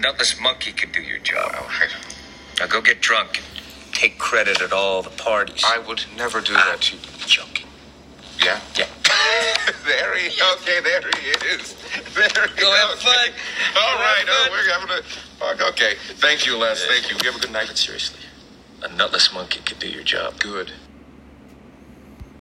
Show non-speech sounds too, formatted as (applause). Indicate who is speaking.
Speaker 1: nutless monkey could do your job. Now go get drunk and take credit at all the parties.
Speaker 2: I would never do that. You
Speaker 1: joking.
Speaker 2: Yeah. (laughs)
Speaker 1: Yeah.
Speaker 2: There he. Okay, there he is. There he
Speaker 1: Go have
Speaker 2: is.
Speaker 1: fun.
Speaker 2: All
Speaker 1: Go
Speaker 2: right.
Speaker 1: have
Speaker 2: Oh,
Speaker 1: fun.
Speaker 2: we're having a. Fuck. Okay. Thank you, Les. Thank you. You have a good night.
Speaker 1: But seriously, a nutless monkey could do your job.
Speaker 2: Good.